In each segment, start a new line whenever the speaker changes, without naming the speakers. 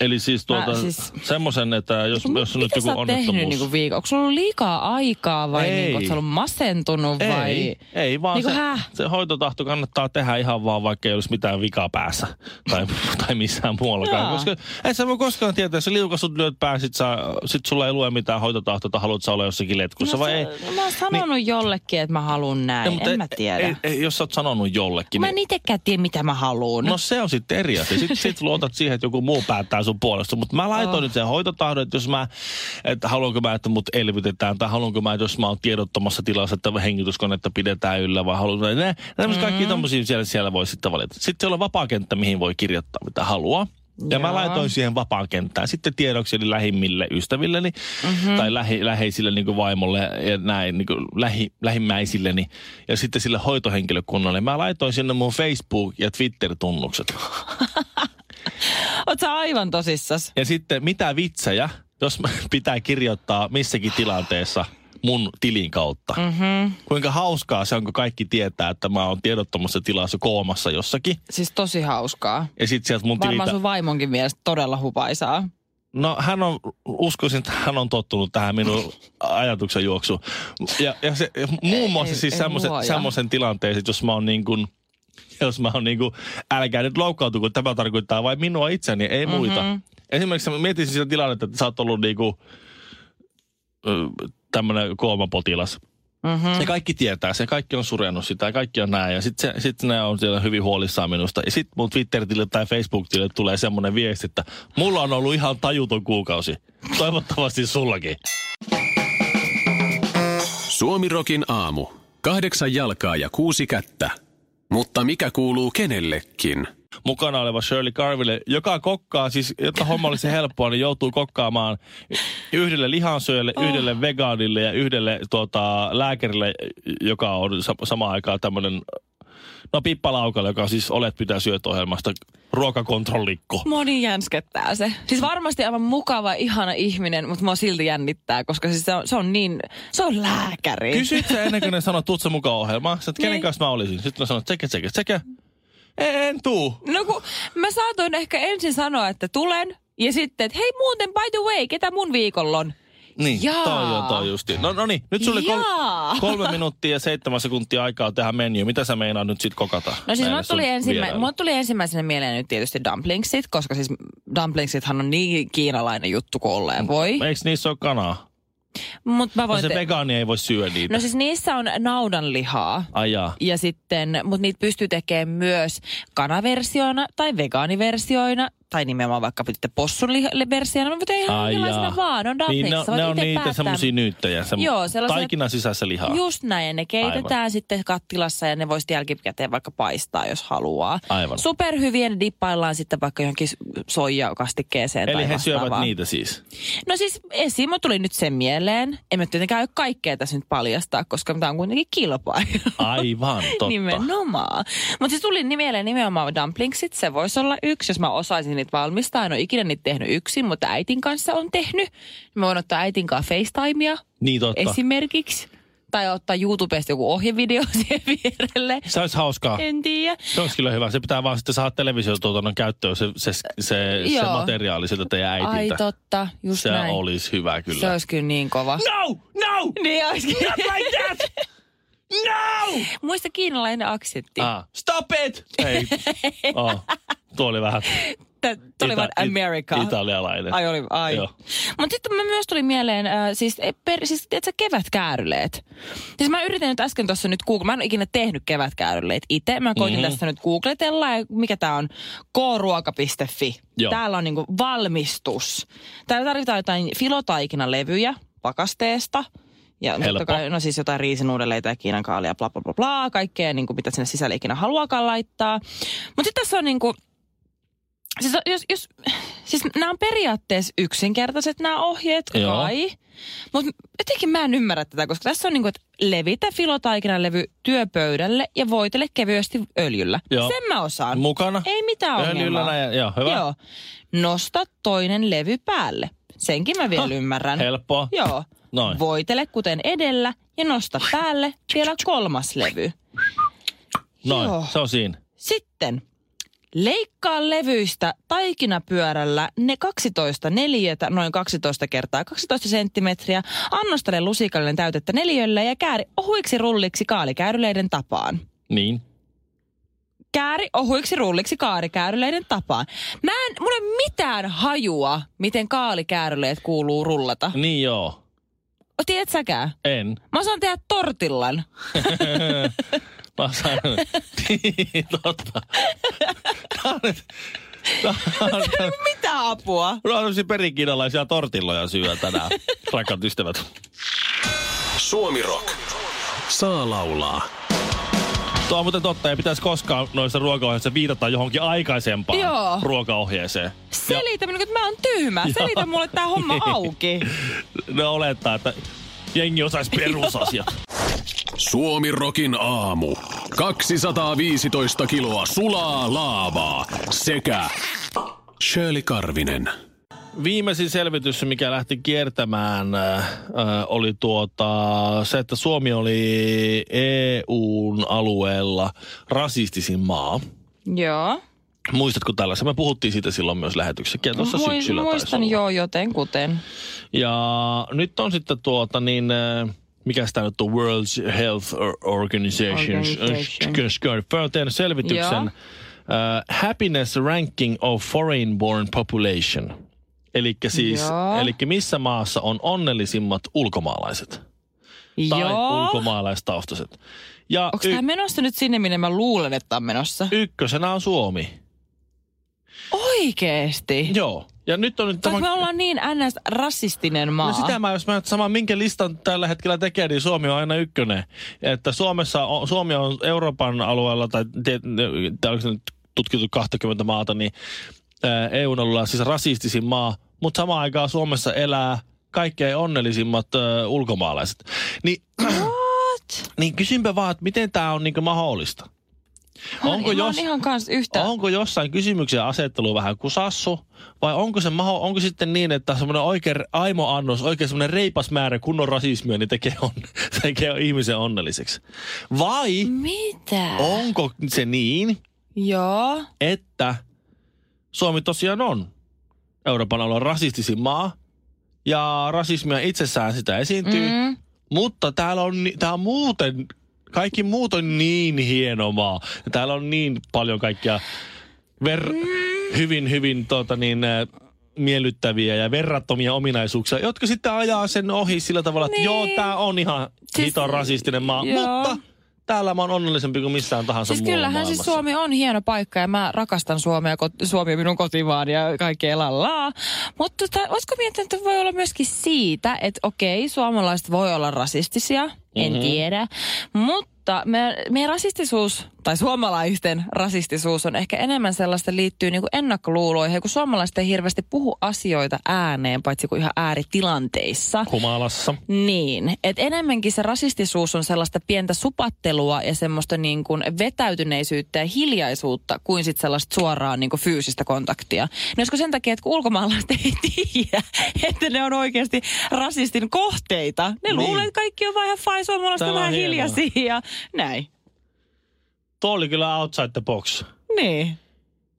Eli siis tuota,
Mä
siis...
siis-
semmoisen, että jos,
Mut
jos on nyt
mitä
joku
sä oot tehnyt
onnettomuus.
niinku viikon? Onko sulla ollut liikaa aikaa vai
Ei.
niinku, oot sä ollut masentunut vai?
Ei, ei vaan
Niinku
se,
häh?
se hoitotahto kannattaa tehdä ihan vaan, vaikka ei olisi mitään vikaa päässä tai, tai missään muuallakaan.
Jaa.
Koska et sä voi koskaan tietää, jos sä liukasut lyöt pään, sit, sä, sit sulla ei lue mitään hoitotahtota, haluat sä olla jossakin letkussa
No
vai ei.
se- no Mä oon sanonut jollekin, että mä haluun
No,
näin.
mutta
en mä tiedä.
Ei, ei, jos sä oot sanonut jollekin, niin-
mä en itekään tiedä, mitä mä haluun.
No se on sitten eri asia. Sitten sit sulla otat siihen, että joku muu päättää sun puolesta. Mutta mä laitoin
Oh.
nyt sen hoitotahdon, että jos mä, että haluanko mä, että mut elvytetään, tai haluanko mä, että jos mä oon tiedottomassa tilassa, että hengityskonetta pidetään yllä, vai haluanko ne, ne mm. kaikki tommosia siellä, siellä voi sitten valita. Sitten siellä on vapaa kenttä, mihin voi kirjoittaa mitä haluaa. Ja Joo. mä
Joo.
laitoin siihen vapaan kenttään sitten tiedoksi eli lähimmille ystävilleni
Mhm.
mm-hmm. tai lähi, läheisille niin vaimolle ja näin niin lähi, lähimmäisilleni ja sitten sille hoitohenkilökunnalle. Mä laitoin sinne mun Facebook- ja Twitter-tunnukset.
Oot sä aivan tosissas?
Ja sitten mitä vitsejä, jos mä- pitää kirjoittaa missäkin tilanteessa mun tilin kautta.
Mm.
Mm-hmm. Kuinka hauskaa se on, kun kaikki tietää, että mä oon tiedottomassa tilassa koomassa jossakin.
Siis tosi hauskaa.
Ja sitten sieltä mun
Varmaan
tililtä...
sun vaimonkin mielestä todella hupaisaa.
No hän on, uskoisin, että hän on tottunut tähän minun ajatuksen juoksuun. Ja, ja se, ja muun muassa
ei-
siis
ei
semmoisen-
luoja.
semmoisen tilanteen, että jos mä oon niin kuin, jos mä oon niin kuin, älkää nyt loukkaantuko, tämä tarkoittaa vain minua itseni, ei muita. Mm-hmm. Esimerkiksi mä mietin sitä tilannetta, että sä oot ollut niin kuin, tämmöinen koomapotilas. Mm-hmm. Ja kaikki tietää se, kaikki on surenut sitä ja kaikki on näin. Ja sitten sit ne on siellä hyvin huolissaan minusta. Ja sitten mun Twitter-tilille tai Facebook-tilille tulee semmoinen viesti, että mulla on ollut ihan tajuton kuukausi. Toivottavasti sullakin.
Suomirokin aamu. Kahdeksan jalkaa ja kuusi kättä. Mutta mikä kuuluu kenellekin?
Mukana oleva Shirley Carville, joka kokkaa siis, jotta homma olisi helppoa, niin joutuu kokkaamaan yhdelle lihansyöjälle, oh. yhdelle vegaanille ja yhdelle tuota, lääkärille, joka on sa- samaan aikaan tämmöinen No pippalaukalle, joka on siis olet pitää syöt ohjelmasta, ruokakontrollikko.
Moni jänskettää se. Siis varmasti aivan mukava, ihana ihminen, mutta mua silti jännittää, koska siis se, on, se on niin, se on lääkäri.
Kysyit sä ennen kuin ne sanoo, tuut sä mukaan ohjelmaan? Sä, että kenen
Niin.
kanssa mä olisin? Sitten mä sanon, tsekä, tsekä, tsekä. En tuu.
No kun mä saatoin ehkä ensin sanoa, että tulen, ja sitten, että hei muuten, by the way, ketä mun viikolla on?
Niin,
Jaa.
toi on toi justi. No, no niin, nyt sulle kol-
Jaa.
kolme minuuttia ja seitsemän sekuntia aikaa tehdä menu. Mitä sä meinaa nyt sit kokata?
No siis
näille
mulle
sun
tuli, ensimmä,
vieraille?
mulle tuli ensimmäisenä mieleen nyt tietysti dumplingsit, koska siis dumplingsithan on niin kiinalainen juttu kuin olleen voi.
Eiks niissä ole kanaa?
Mut mä
No
voin
se
te-
vegaani ei voi syödä niitä.
no siis niissä on naudanlihaa.
Ajaa.
Ja sitten, mutta niitä pystyy tekemään myös kanaversioina tai vegaaniversioina tai nimenomaan vaikka sitten possun liha- versioina, mutta ihan
Ai
minkälaisena
jaa.
vaan. Ne on
niin,
dumplings,
ne,
sä
on-
voit
ne on
ite
niitä
päättää.
semmosia nyyttäjä, semmo-
Joo, sellaiset-
taikinan sisässä lihaa.
Just näin, ja ne keitetään sitten kattilassa ja ne voisi jälkikäteen vaikka paistaa, jos haluaa.
Aivan.
Superhyviä ne dippaillaan sitten vaikka johonkin s- soijakastikkeeseen tai
Eli he syövät
vastaavaan.
niitä siis.
No siis esiin mulla tuli nyt sen mieleen. En mä tietenkään ole kaikkea tässä nyt paljastaa, koska tämä on kuitenkin kilpailu.
Aivan, totta.
Nimenomaan. Mutta siis tuli ni- mieleen nimenomaan dumplingsit. Se voisi olla yksi, jos mä osaisin niitä valmistaa. En ole ikinä niitä tehnyt yksin, mutta äitin kanssa on tehnyt. Mä voin ottaa äitin kanssa FaceTimea
Niin totta.
esimerkiksi. Tai ottaa YouTubesta joku ohjevideo siihen vierelle.
Se olisi hauskaa.
En tiedä.
Se olisi kyllä hyvä. Se pitää vaan sitten saada televisiotuotannon käyttöön se, se, se, se
Joo.
materiaali sieltä teidän äitiltä.
Ai totta, just
se
näin.
olisi hyvä kyllä.
Se olisi kyllä niin kova.
No! No!
Niin olisikin.
Like that! No!
Muista kiinalainen aksentti.
Ah, stop it! Ei. Oh, tuo oli vähän
Tää tuli vaan
it-
America.
italialainen.
Ai oli, ai.
Joo.
Mutta sitten mä myös tuli mieleen, äh, siis, e, per, siis tiedätkö, kevätkääryleet. Siis mä yritin nyt äsken tuossa nyt Google, mä en ole ikinä tehnyt kevätkääryleet itse. Mä koitin
Mhm.
mm-hmm. tässä nyt googletella, ja mikä tää on, kruoka.fi.
Joo.
Täällä on niinku valmistus. Täällä tarvitaan jotain filotaikinalevyjä pakasteesta. Ja
Helppo.
totta kai, no siis jotain riisinuudeleita ja kiinankaalia, bla bla bla bla, kaikkea niin kuin mitä sinne sisälle ikinä haluakaan laittaa. Mutta sitten tässä on niin kuin, siis jos, jos, siis nämä on periaatteessa yksinkertaiset nämä ohjeet
Joo.
kai. Mutta jotenkin mä en ymmärrä tätä, koska tässä on niin kuin, että levitä filotaikinalevy työpöydälle ja voitele kevyesti öljyllä.
Joo.
Sen mä osaan.
Mukana.
Ei mitään
Öljyllä
ongelmaa.
näin, joo, hyvä.
Joo. Nosta toinen levy päälle. Senkin mä vielä ymmärrän.
Helppoa.
Joo.
Noin.
Voitele kuten edellä ja nosta päälle vielä kolmas levy.
Noin,
Joo.
se on siinä.
Sitten leikkaa levyistä taikinapyörällä ne 12 neliötä, noin 12 kertaa 12 senttimetriä, annostele lusikallinen täytettä neliölle ja kääri ohuiksi rulliksi kaalikääryleiden tapaan.
Niin.
Kääri ohuiksi rulliksi kaarikääryleiden tapaan. Mä en, mulla ei ole mitään hajua, miten kaalikääryleet kuuluu rullata.
Niin joo.
O, Tiedät säkään?
En.
Mä osaan tehdä tortillan.
Mä sanon, niin, totta. Tää on nyt- tää on- tää on-
Mitä apua?
Mulla on tämmöisiä perikiinalaisia tortilloja syödä tänään, rakkaat ystävät.
Suomi Rock. Saa laulaa.
Tuo on muuten totta, ei pitäisi koskaan noissa ruokaohjeissa viitata johonkin aikaisempaan
Joo.
ruokaohjeeseen.
Selitä minulle, että mä oon tyhmä. Selitä mulle tää homma auki.
Ne olettaa, että jengi osaisi perusasiat.
Suomi Rokin aamu. 215 kiloa sulaa laavaa sekä Shirley Karvinen.
Viimeisin selvitys, mikä lähti kiertämään, äh, äh, oli tuota, se, että Suomi oli EUn alueella rasistisin maa.
Joo.
Muistatko tällaisen? Me puhuttiin siitä silloin myös lähetyksessä. Tuossa
Mui-
syksyllä taisi
Muistan
olla.
joo jotenkuten.
Ja nyt on sitten tuota niin, äh, mikä tämä nyt on, World Health Or- Organization,
Organization.
on tehnyt selvityksen
Joo.
äh, Happiness Ranking of Foreign Born Population. Eli siis,
Joo.
elikkä missä maassa on onnellisimmat ulkomaalaiset tai
joo.
ulkomaalaistaustaiset. Ja
Onko
y-
tää menossa nyt sinne, minne mä luulen, että tää on menossa?
ykkösenä on Suomi.
Oikeesti?
Joo. Ja nyt on nyt
Vaikka me ollaan niin ns. rasistinen maa.
No sitä mä, jos mä nyt saman minkä listan tällä hetkellä tekee, niin Suomi on aina ykkönen. Että Suomessa on, Suomi on Euroopan alueella, tai te- tää onko se nyt tutkittu 20 maata, niin ää, EUn alueella siis rasistisin maa, mutta samaan aikaan Suomessa elää kaikkein onnellisimmat ää, ulkomaalaiset. Niin,
What?
niin kysynpä vaan, että miten tämä on niinku mahdollista?
Mä oon- mä oon ihan kans yhtä.
Onko jossain kysymyksen asettelu vähän kusassu? Vai onko se maho, onko sitten niin, että semmoinen oikein aimoannos, oikein semmoinen reipas määrä kunnon rasismia, niin tekee, on, tekee ihmisen onnelliseksi? Vai
Mitä?
onko se niin,
Joo.
että Suomi tosiaan on Euroopan alueen rasistisin maa, ja rasismia itsessään sitä esiintyy, mm.
Mm.
mutta täällä on, ni- tää on muuten, kaikki muut on niin hieno maa. Ja täällä on niin paljon kaikkia ver- hyvin, hyvin tota niin, ä, miellyttäviä ja verrattomia ominaisuuksia, jotka sitten ajaa sen ohi sillä tavalla, että
Niin.
joo, tää on ihan
Siis-
siis, rasistinen maa,
joo.
mutta täällä mä oon onnellisempi kuin missään tahansa
Siis
muualla
kyllähän siis
maailmassa.
Suomi on hieno paikka ja mä rakastan Suomea, kot- Suomi on minun kotimaan ja kaikki elallaa. Mutta tota, olisiko miettinyt, että voi olla myöskin siitä, että okei, suomalaiset voi olla rasistisia, en mm-hmm. tiedä, mutta me, meidän rasistisuus, tai suomalaisten rasistisuus on ehkä enemmän sellaista liittyy niinku ennakkoluuloihin, kun suomalaiset ei hirveästi puhu asioita ääneen, paitsi kuin ihan ääritilanteissa.
Humalassa.
Niin, että enemmänkin se rasistisuus on sellaista pientä supattelua ja semmoista niin kuin vetäytyneisyyttä ja hiljaisuutta kuin sitten sellaista suoraan niin kuin fyysistä kontaktia. No olisiko sen takia, että kun ulkomaalaiset ei tiedä, että ne on oikeasti rasistin kohteita. Ne niin. luulee, että kaikki on vaan ihan fine, suomalaiset
Tämä
on
on
vähän
hienoa.
hiljaisia ja näin.
Tuo oli kyllä outside the box.
Niin.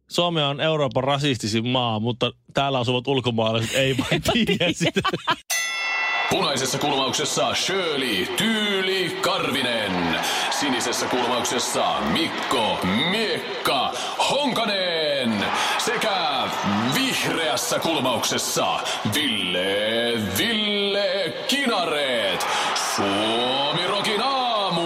Suomi on Euroopan rasistisin maa, mutta täällä asuvat ulkomaalaiset ei vain tiedä sitä.
Punaisessa kulmauksessa Shirley Tyyli Karvinen. Sinisessä kulmauksessa Mikko Miekka Honkanen. Sekä vihreässä kulmauksessa Ville Ville Kinareet. Suomi Rokin aamu.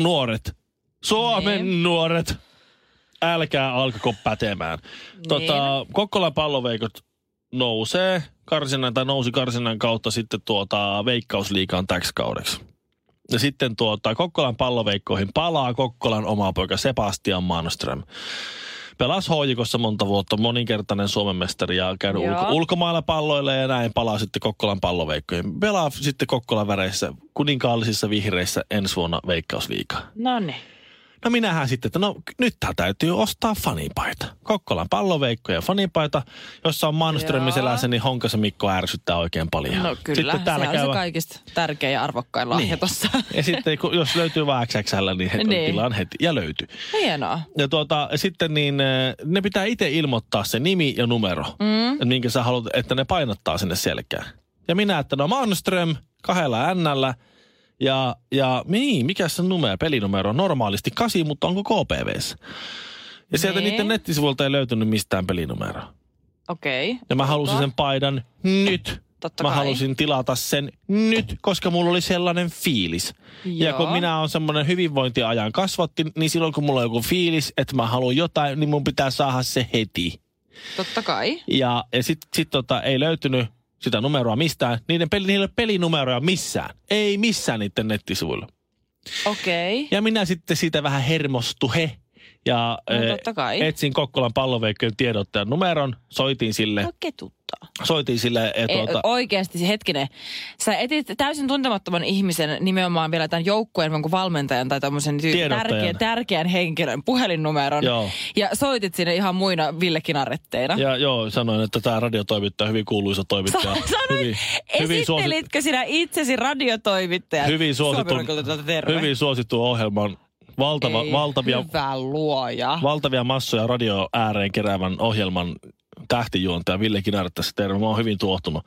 nuoret, Suomen
Niin.
nuoret, älkää alkako pätemään. Tota, Kokkolan palloveikot nousee karsinnan tai nousi karsinnan kautta sitten tuota veikkausliikaan täksi kaudeksi. Ja sitten tuota, Kokkolan palloveikkoihin palaa Kokkolan oma poika Sebastian Manström. pelasi hoikossa monta vuotta, moninkertainen Suomen mestari ja käynyt
Joo.
ulko- ulkomailla palloille ja näin palaa sitten Kokkolan palloveikkoihin. Pelaa sitten Kokkolan väreissä, kuninkaallisissa vihreissä ensi vuonna veikkausliikaa.
No niin.
No minähän sitten, että no nyt tää täytyy ostaa fanipaita. Kokkolan palloveikko ja fanipaita, jossa on Manströmin
Joo.
selässä, niin Honkasen Mikko ärsyttää oikein paljon.
No kyllä,
sitten
se
täällä
on
käydään-
se kaikista tärkein ja arvokkain lahja
Niin.
niin. tossa.
Ja sitten kun, jos löytyy vaan XXL, niin, heti, niin.
Niin.
tilaan heti. Ja löytyy.
Hienoa.
Ja tuota, sitten niin, eh, ne pitää itse ilmoittaa se nimi ja numero,
Mm-hmm.
mm. että minkä sä haluat, että ne painottaa sinne selkään. Ja minä, että no Manström kahdella n ja, ja niin, mikä se numero, pelinumero on normaalisti kasi, mutta onko KPVssä? Ja sieltä
Niin.
niiden nettisivuilta ei löytynyt mistään pelinumeroa.
Okei. Okay.
Ja mä halusin sen paidan nyt.
Totta
mä
kai.
halusin tilata sen nyt, koska mulla oli sellainen fiilis. Ja
Joo.
kun minä olen semmoinen hyvinvointiajan kasvatti, niin silloin kun mulla on joku fiilis, että mä haluan jotain, niin mun pitää saada se heti.
Totta kai.
Ja, ja sitten sit tota, ei löytynyt sitä numeroa mistään. Niiden peli, niillä ei ole pelinumeroja missään. Ei missään niiden nettisivuilla.
Okei. Okay.
Ja minä sitten siitä vähän hermostu he. Ja
No
eh,
totta kai.
etsin Kokkolan palloveikkojen tiedottajan numeron, soitin sille,
No ketuttaa.
soitin sille, eh, tuota,
Tuota... Oikeasti, siis hetkinen. Sä etit täysin tuntemattoman ihmisen nimenomaan vielä tämän joukkueen jonkun valmentajan tai tämmöisen ty-
Tiedottajan.
tärkeän, tärkeän henkilön puhelinnumeron.
Joo.
Ja soitit sinne ihan muina Ville Kinaretteina.
Ja joo, sanoin, että tämä radiotoimittaja, hyvin kuuluisa
Sa-
toimittaja.
Sanoit,
suosittu,
esittelitkö sinä itsesi radiotoimittajan?
hyvin, suosittu,
Suomen Rokolta, terve.
hyvin suosittu ohjelman valtava,
Ei,
valtavia,
Hyvä luoja.
valtavia massoja radio ääreen keräävän ohjelman tähtijuontaja Ville Kinaret tässä terve. Mä oon hyvin tuohtunut.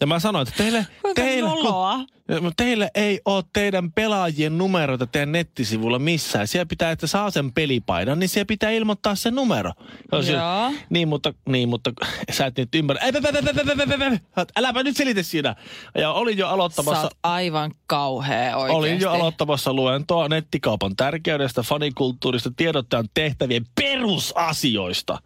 ja mä sanoin, että teille,
Kuinka
teille, kun-
noloa.
Ja, mut Teillä ei ole teidän pelaajien numeroita teidän nettisivulla missään. Siellä pitää, että saa sen pelipaidan, niin siellä pitää ilmoittaa se numero. Joo.
Joo.
niin, mutta, niin, mutta sä et nyt ymmärrä. Ei, ei, ei, ei, ei, ei, ei. Äläpä nyt selitä siinä. Ja olin jo
Sä
aloittamassa...
oot aivan kauhea oikeesti.
Olin jo aloittamassa luentoa nettikaupan tärkeydestä, fanikulttuurista, tiedottajan tehtävien perusasioista.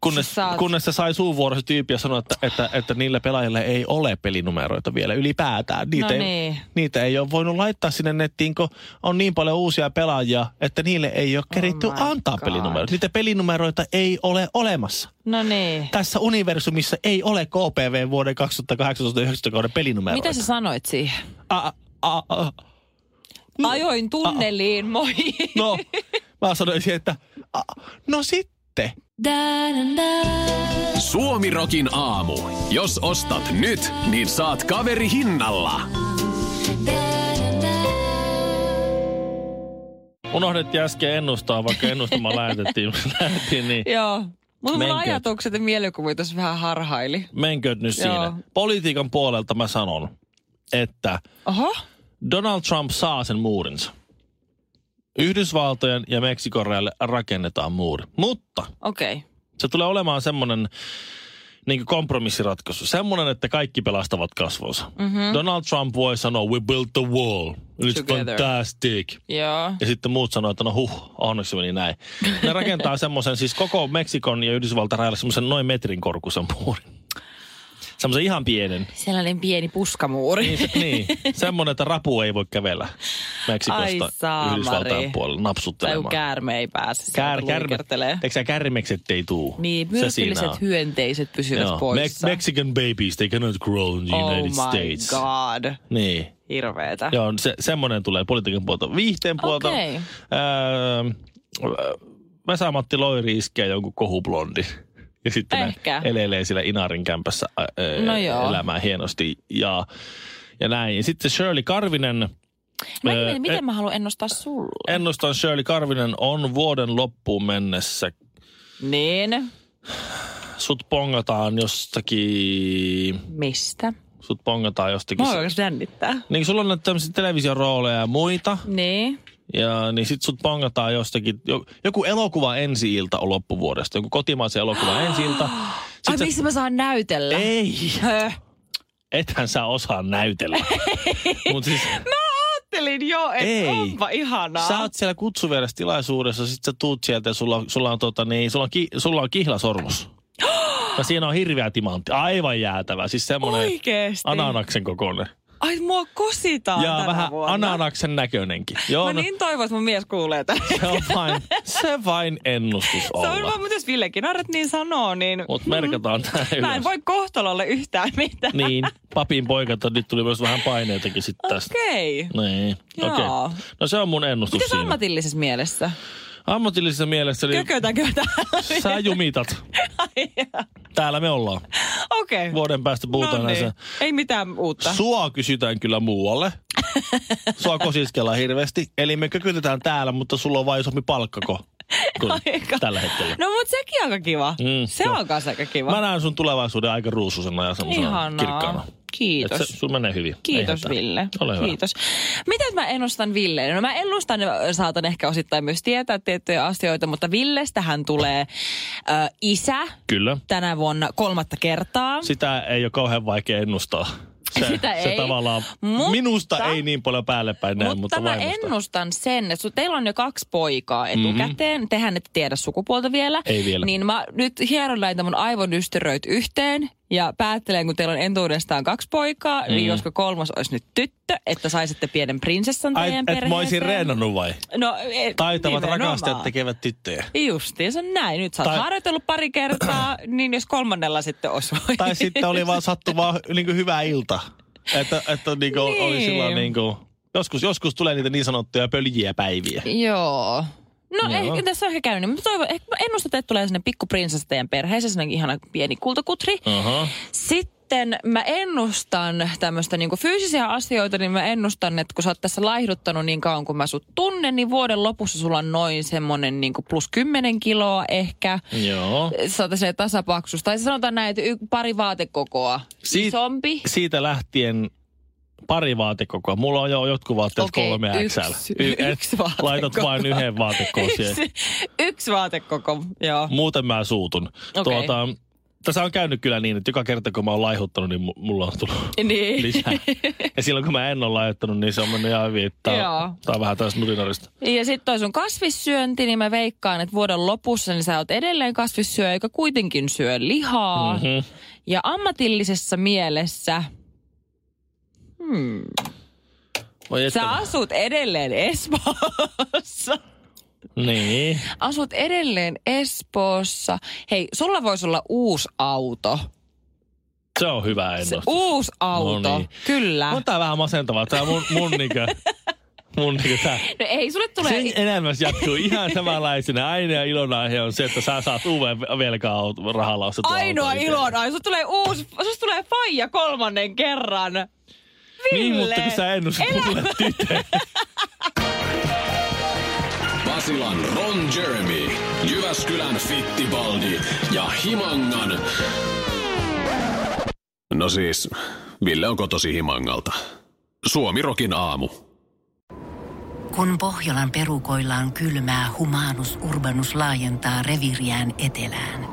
Kunnes,
Siis sä oot-
kunnes se sai suuvuorossa tyyppiä sanoa, että, että, että niillä pelaajilla ei ole pelinumeroita vielä ylipäätään. Niitä,
No
ei,
niin.
niitä ei ole voinut laittaa sinne nettiin, kun on niin paljon uusia pelaajia, että niille ei ole keritty
Oh my
antaa
God.
pelinumeroita. Niitä pelinumeroita ei ole olemassa.
No niin.
Tässä universumissa ei ole KPV vuoden 2018-2019 kauden pelinumeroita.
Mitä sä sanoit siihen?
a, a, a,
Ajoin tunneliin, moi.
No, mä sanoisin, että a, no sitten.
Suomirokin aamu. Jos ostat nyt, niin saat kaveri hinnalla.
Unohdettiin äsken ennustaa, vaikka ennustamaan lähetettiin. lähetettiin niin.
Joo. Mutta mun
Menkö?
ajatukset ja mielikuvitus vähän harhaili.
Menkö nyt siinä?
Joo.
Politiikan puolelta mä sanon, että
Oho.
Donald Trump saa sen muurinsa. Yhdysvaltojen ja Meksikon rajalle rakennetaan muuri. Mutta
Okei. Okay.
se tulee olemaan semmoinen niin kompromissiratkaisu. Semmoinen, että kaikki pelastavat kasvonsa. Mm-hmm. Donald Trump voi sanoa, we built the wall. It's
Together.
fantastic.
Joo.
Ja sitten muut sanoivat, että no huh, onneksi meni näin. Ne rakentaa semmoisen, siis koko Meksikon ja Yhdysvaltain rajalle semmoisen noin metrin korkuisen muurin. Semmoisen ihan pienen.
Sellainen pieni puskamuuri.
Niin, se, niin. semmoinen, että rapu ei voi kävellä
Ai
Meksikosta
saamari.
Yhdysvaltain puolelle
Tai kun
napsuttelemaan.
käärme ei pääse.
Kär,
Kär,
kärme,
kärme.
eikö sä kärmekset ei tuu?
Niin,
se siinä on.
myrkylliset hyönteiset pysyvät
Joo.
poissa.
Me- Mexican babies, they cannot grow in the
oh
United
my
States.
god.
Niin.
Hirveetä.
Joo, se, semmoinen tulee politiikan puolta. Viihteen puolta.
Okei.
Öö, Vesa-Matti Loiri iskee jonkun kohublondin. Ja sitten ne
Ehkä.
elelee siellä Inarin kämpässä ä, ö,
No joo.
elämää hienosti ja, ja näin. Ja sitten Shirley Karvinen,
Mä
Öö,
öö, miten
e-
mä haluan ennustaa sulle?
ennustan Shirley Karvinen on vuoden loppuun mennessä.
Niin.
Sut pongataan jostakin,
Mistä?
sut pongataan jostakin.
Mä oon oikeasti jännittää.
Niin kun sulla on näitä tämmöisiä televisorooleja ja muita.
Niin.
Ja niin sit sut pangataan jostakin, jo- joku elokuva ensi ilta on loppuvuodesta, joku kotimaisen elokuva ensi ilta.
Ai
Sit sä-
missä mä saan näytellä?
Ei,
Höh.
ethän sä osaa näytellä. Mut siis,
Ajattelin jo, että
Ei.
onpa ihanaa.
sä oot siellä kutsuvierastilaisuudessa, sit sä tuut sieltä ja sulla, sulla on, tota, niin, sulla on, ki, sulla on kihlasormus. Ja siinä on hirveä timantti, aivan jäätävä, siis semmonen
Oikeesti.
ananaksen kokoinen.
Ai mua kositaan
Ja
tänä
vähän
vuonna.
ananaksen näköinenkin. Joo,
Mä
no,
niin toivon, että mun mies kuulee tämän.
se on vain, se vain ennustus
Se on
olla.
vaan, mutta jos Ville Kinaret niin sanoo, niin
Mutta merkataan tämä
mä en
ylös.
voi kohtalolle yhtään mitään.
Niin, papin poika, että nyt tuli myös vähän paineitakin sitten tästä.
Okei. Okay.
Niin,
Joo.
okei. No se on mun ennustus
Mitäs
siinä.
ammatillisessa mielessä?
Ammatillisessa mielessä, niin
Kökötäkö täällä?
sä jumitat. Täällä me ollaan.
Okei. Okay.
Vuoden päästä
No
puhutaan
niin.
näissä.
Ei mitään uutta.
Sua kysytään kyllä muualle. Sua kosiskellaan hirveästi. Eli me kökytetään täällä, mutta sulla on vain isompi palkkako kuin
Aika.
tällä hetkellä.
No mut sekin aika kiva.
Mm,
Mm, se
joo.
on kans aika kiva.
Mä näen sun tulevaisuuden aika ruususena ja semmoisena
Ihanaa.
kirkkaana.
Kiitos.
Et se, sun menee hyvin. Ei
Kiitos
hätää.
Ville.
Ole hyvä.
Kiitos. Miten mä ennustan Ville? No mä ennustan, ö, saatan ehkä osittain myös tietää tiettyjä asioita, mutta Villestähän tulee ö, isä
Kyllä.
tänä vuonna kolmatta kertaa.
Sitä ei ole kauhean vaikea ennustaa. Se,
Sitä
se
ei,
tavallaan,
mutta-
minusta ei niin paljon päälle päin näin, mutta,
mutta mä
vaimosta. Mhm.
ennustan sen, että sun, teillä on jo kaksi poikaa etukäteen, mm-hmm. tehän ette tiedä sukupuolta vielä.
Ei vielä.
Niin mä nyt hieron näitä mun aivonystyröit yhteen ja päättelen, kun teillä on entuudestaan kaksi poikaa, mm. niin
Mhm.
josko kolmas olisi nyt tyttö, että saisitte pienen prinsessan
Ai,
teidän
et mä oisin
perheeseen.
reenannut vai?
No, e,
Taitavat
nimenomaan.
rakastajat tekevät tyttöjä.
Justiinsa näin. Nyt sä oot
Tai-
harjoitellut pari kertaa, niin jos kolmannella sitten osui.
Tai sitten oli vaan sattu vaan niin kuin hyvä ilta. Että, että niin kuin niin. oli
Niin.
silloin niin kuin, joskus, joskus tulee niitä niin sanottuja pöljiä päiviä.
Joo. No
Joo.
ehkä tässä on ehkä käynyt, niin, mutta toivon, ehkä mä ennustan, että tulee sinne pikkuprinsessa teidän perheeseen, sinne ihana pieni kultakutri.
Aha.
Sitten mä ennustan tämmöistä niinku fyysisiä asioita, niin mä ennustan, että kun sä oot tässä laihduttanut niin kauan kuin mä sut tunnen, niin vuoden lopussa sulla on noin semmonen niinku plus 10 kiloa ehkä.
Joo.
Sä oot silleen tasapaksusta. Tai siis sanotaan näin, että y- pari vaatekokoa
Siit-
isompi.
Siitä lähtien pari vaatekokoa. Mulla on jo jotkut vaatteet
Okei,
kolme
yksi-
XL. et
yksi vaatekoko.
Laitat vain yhden vaatekoon siihen.
Yksi, yksi vaatekoko, joo.
Muuten mä suutun.
Okei.
Tuota, tässä on käynyt kyllä niin, että joka kerta kun mä oon laihuttanut, niin mu- mulla on tullut
Niin.
lisää. ja silloin kun mä en ole laihuttanut, niin se on mennyt ihan hyvin. Tää,
Joo.
tää on vähän tästä nurinarista.
Ja sitten toi sun kasvissyönti, niin mä veikkaan, että vuoden lopussa niin sä oot edelleen kasvissyöjä, joka kuitenkin syö lihaa. Mm-hmm.
Mm-hmm.
Ja ammatillisessa mielessä
Voi että-
sä asut edelleen Espoossa.
Niin.
Asut edelleen Espoossa. Hei, sulla voisi olla uusi auto.
Se on hyvä
Se
ennustus.
uusi auto,
No niin.
kyllä.
On
No
tää vähän masentavaa. Tää mun, mun niinkö... Mun niinkö tää.
No ei, sulle tulee...
Sen elämässä jatkuu ihan samanlaisena. Aina ilonaihe on se, että sä saat uuden velkaa auto- rahalla ostettua
Ainoa
autoa
ilon, ai, susta tulee uusi, susta tulee faija kolmannen kerran. Ville.
Niin, mutta kun sä ennustit mulle tytön.
Basilan Ron Jeremy, Jyväskylän Fittibaldi ja Himangan. No siis, Ville on kotosi Himangalta. Suomirokin aamu.
Kun Pohjolan perukoillaan kylmää, humanus urbanus laajentaa reviriään etelään.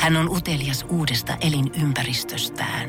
Hän on utelias uudesta elinympäristöstään.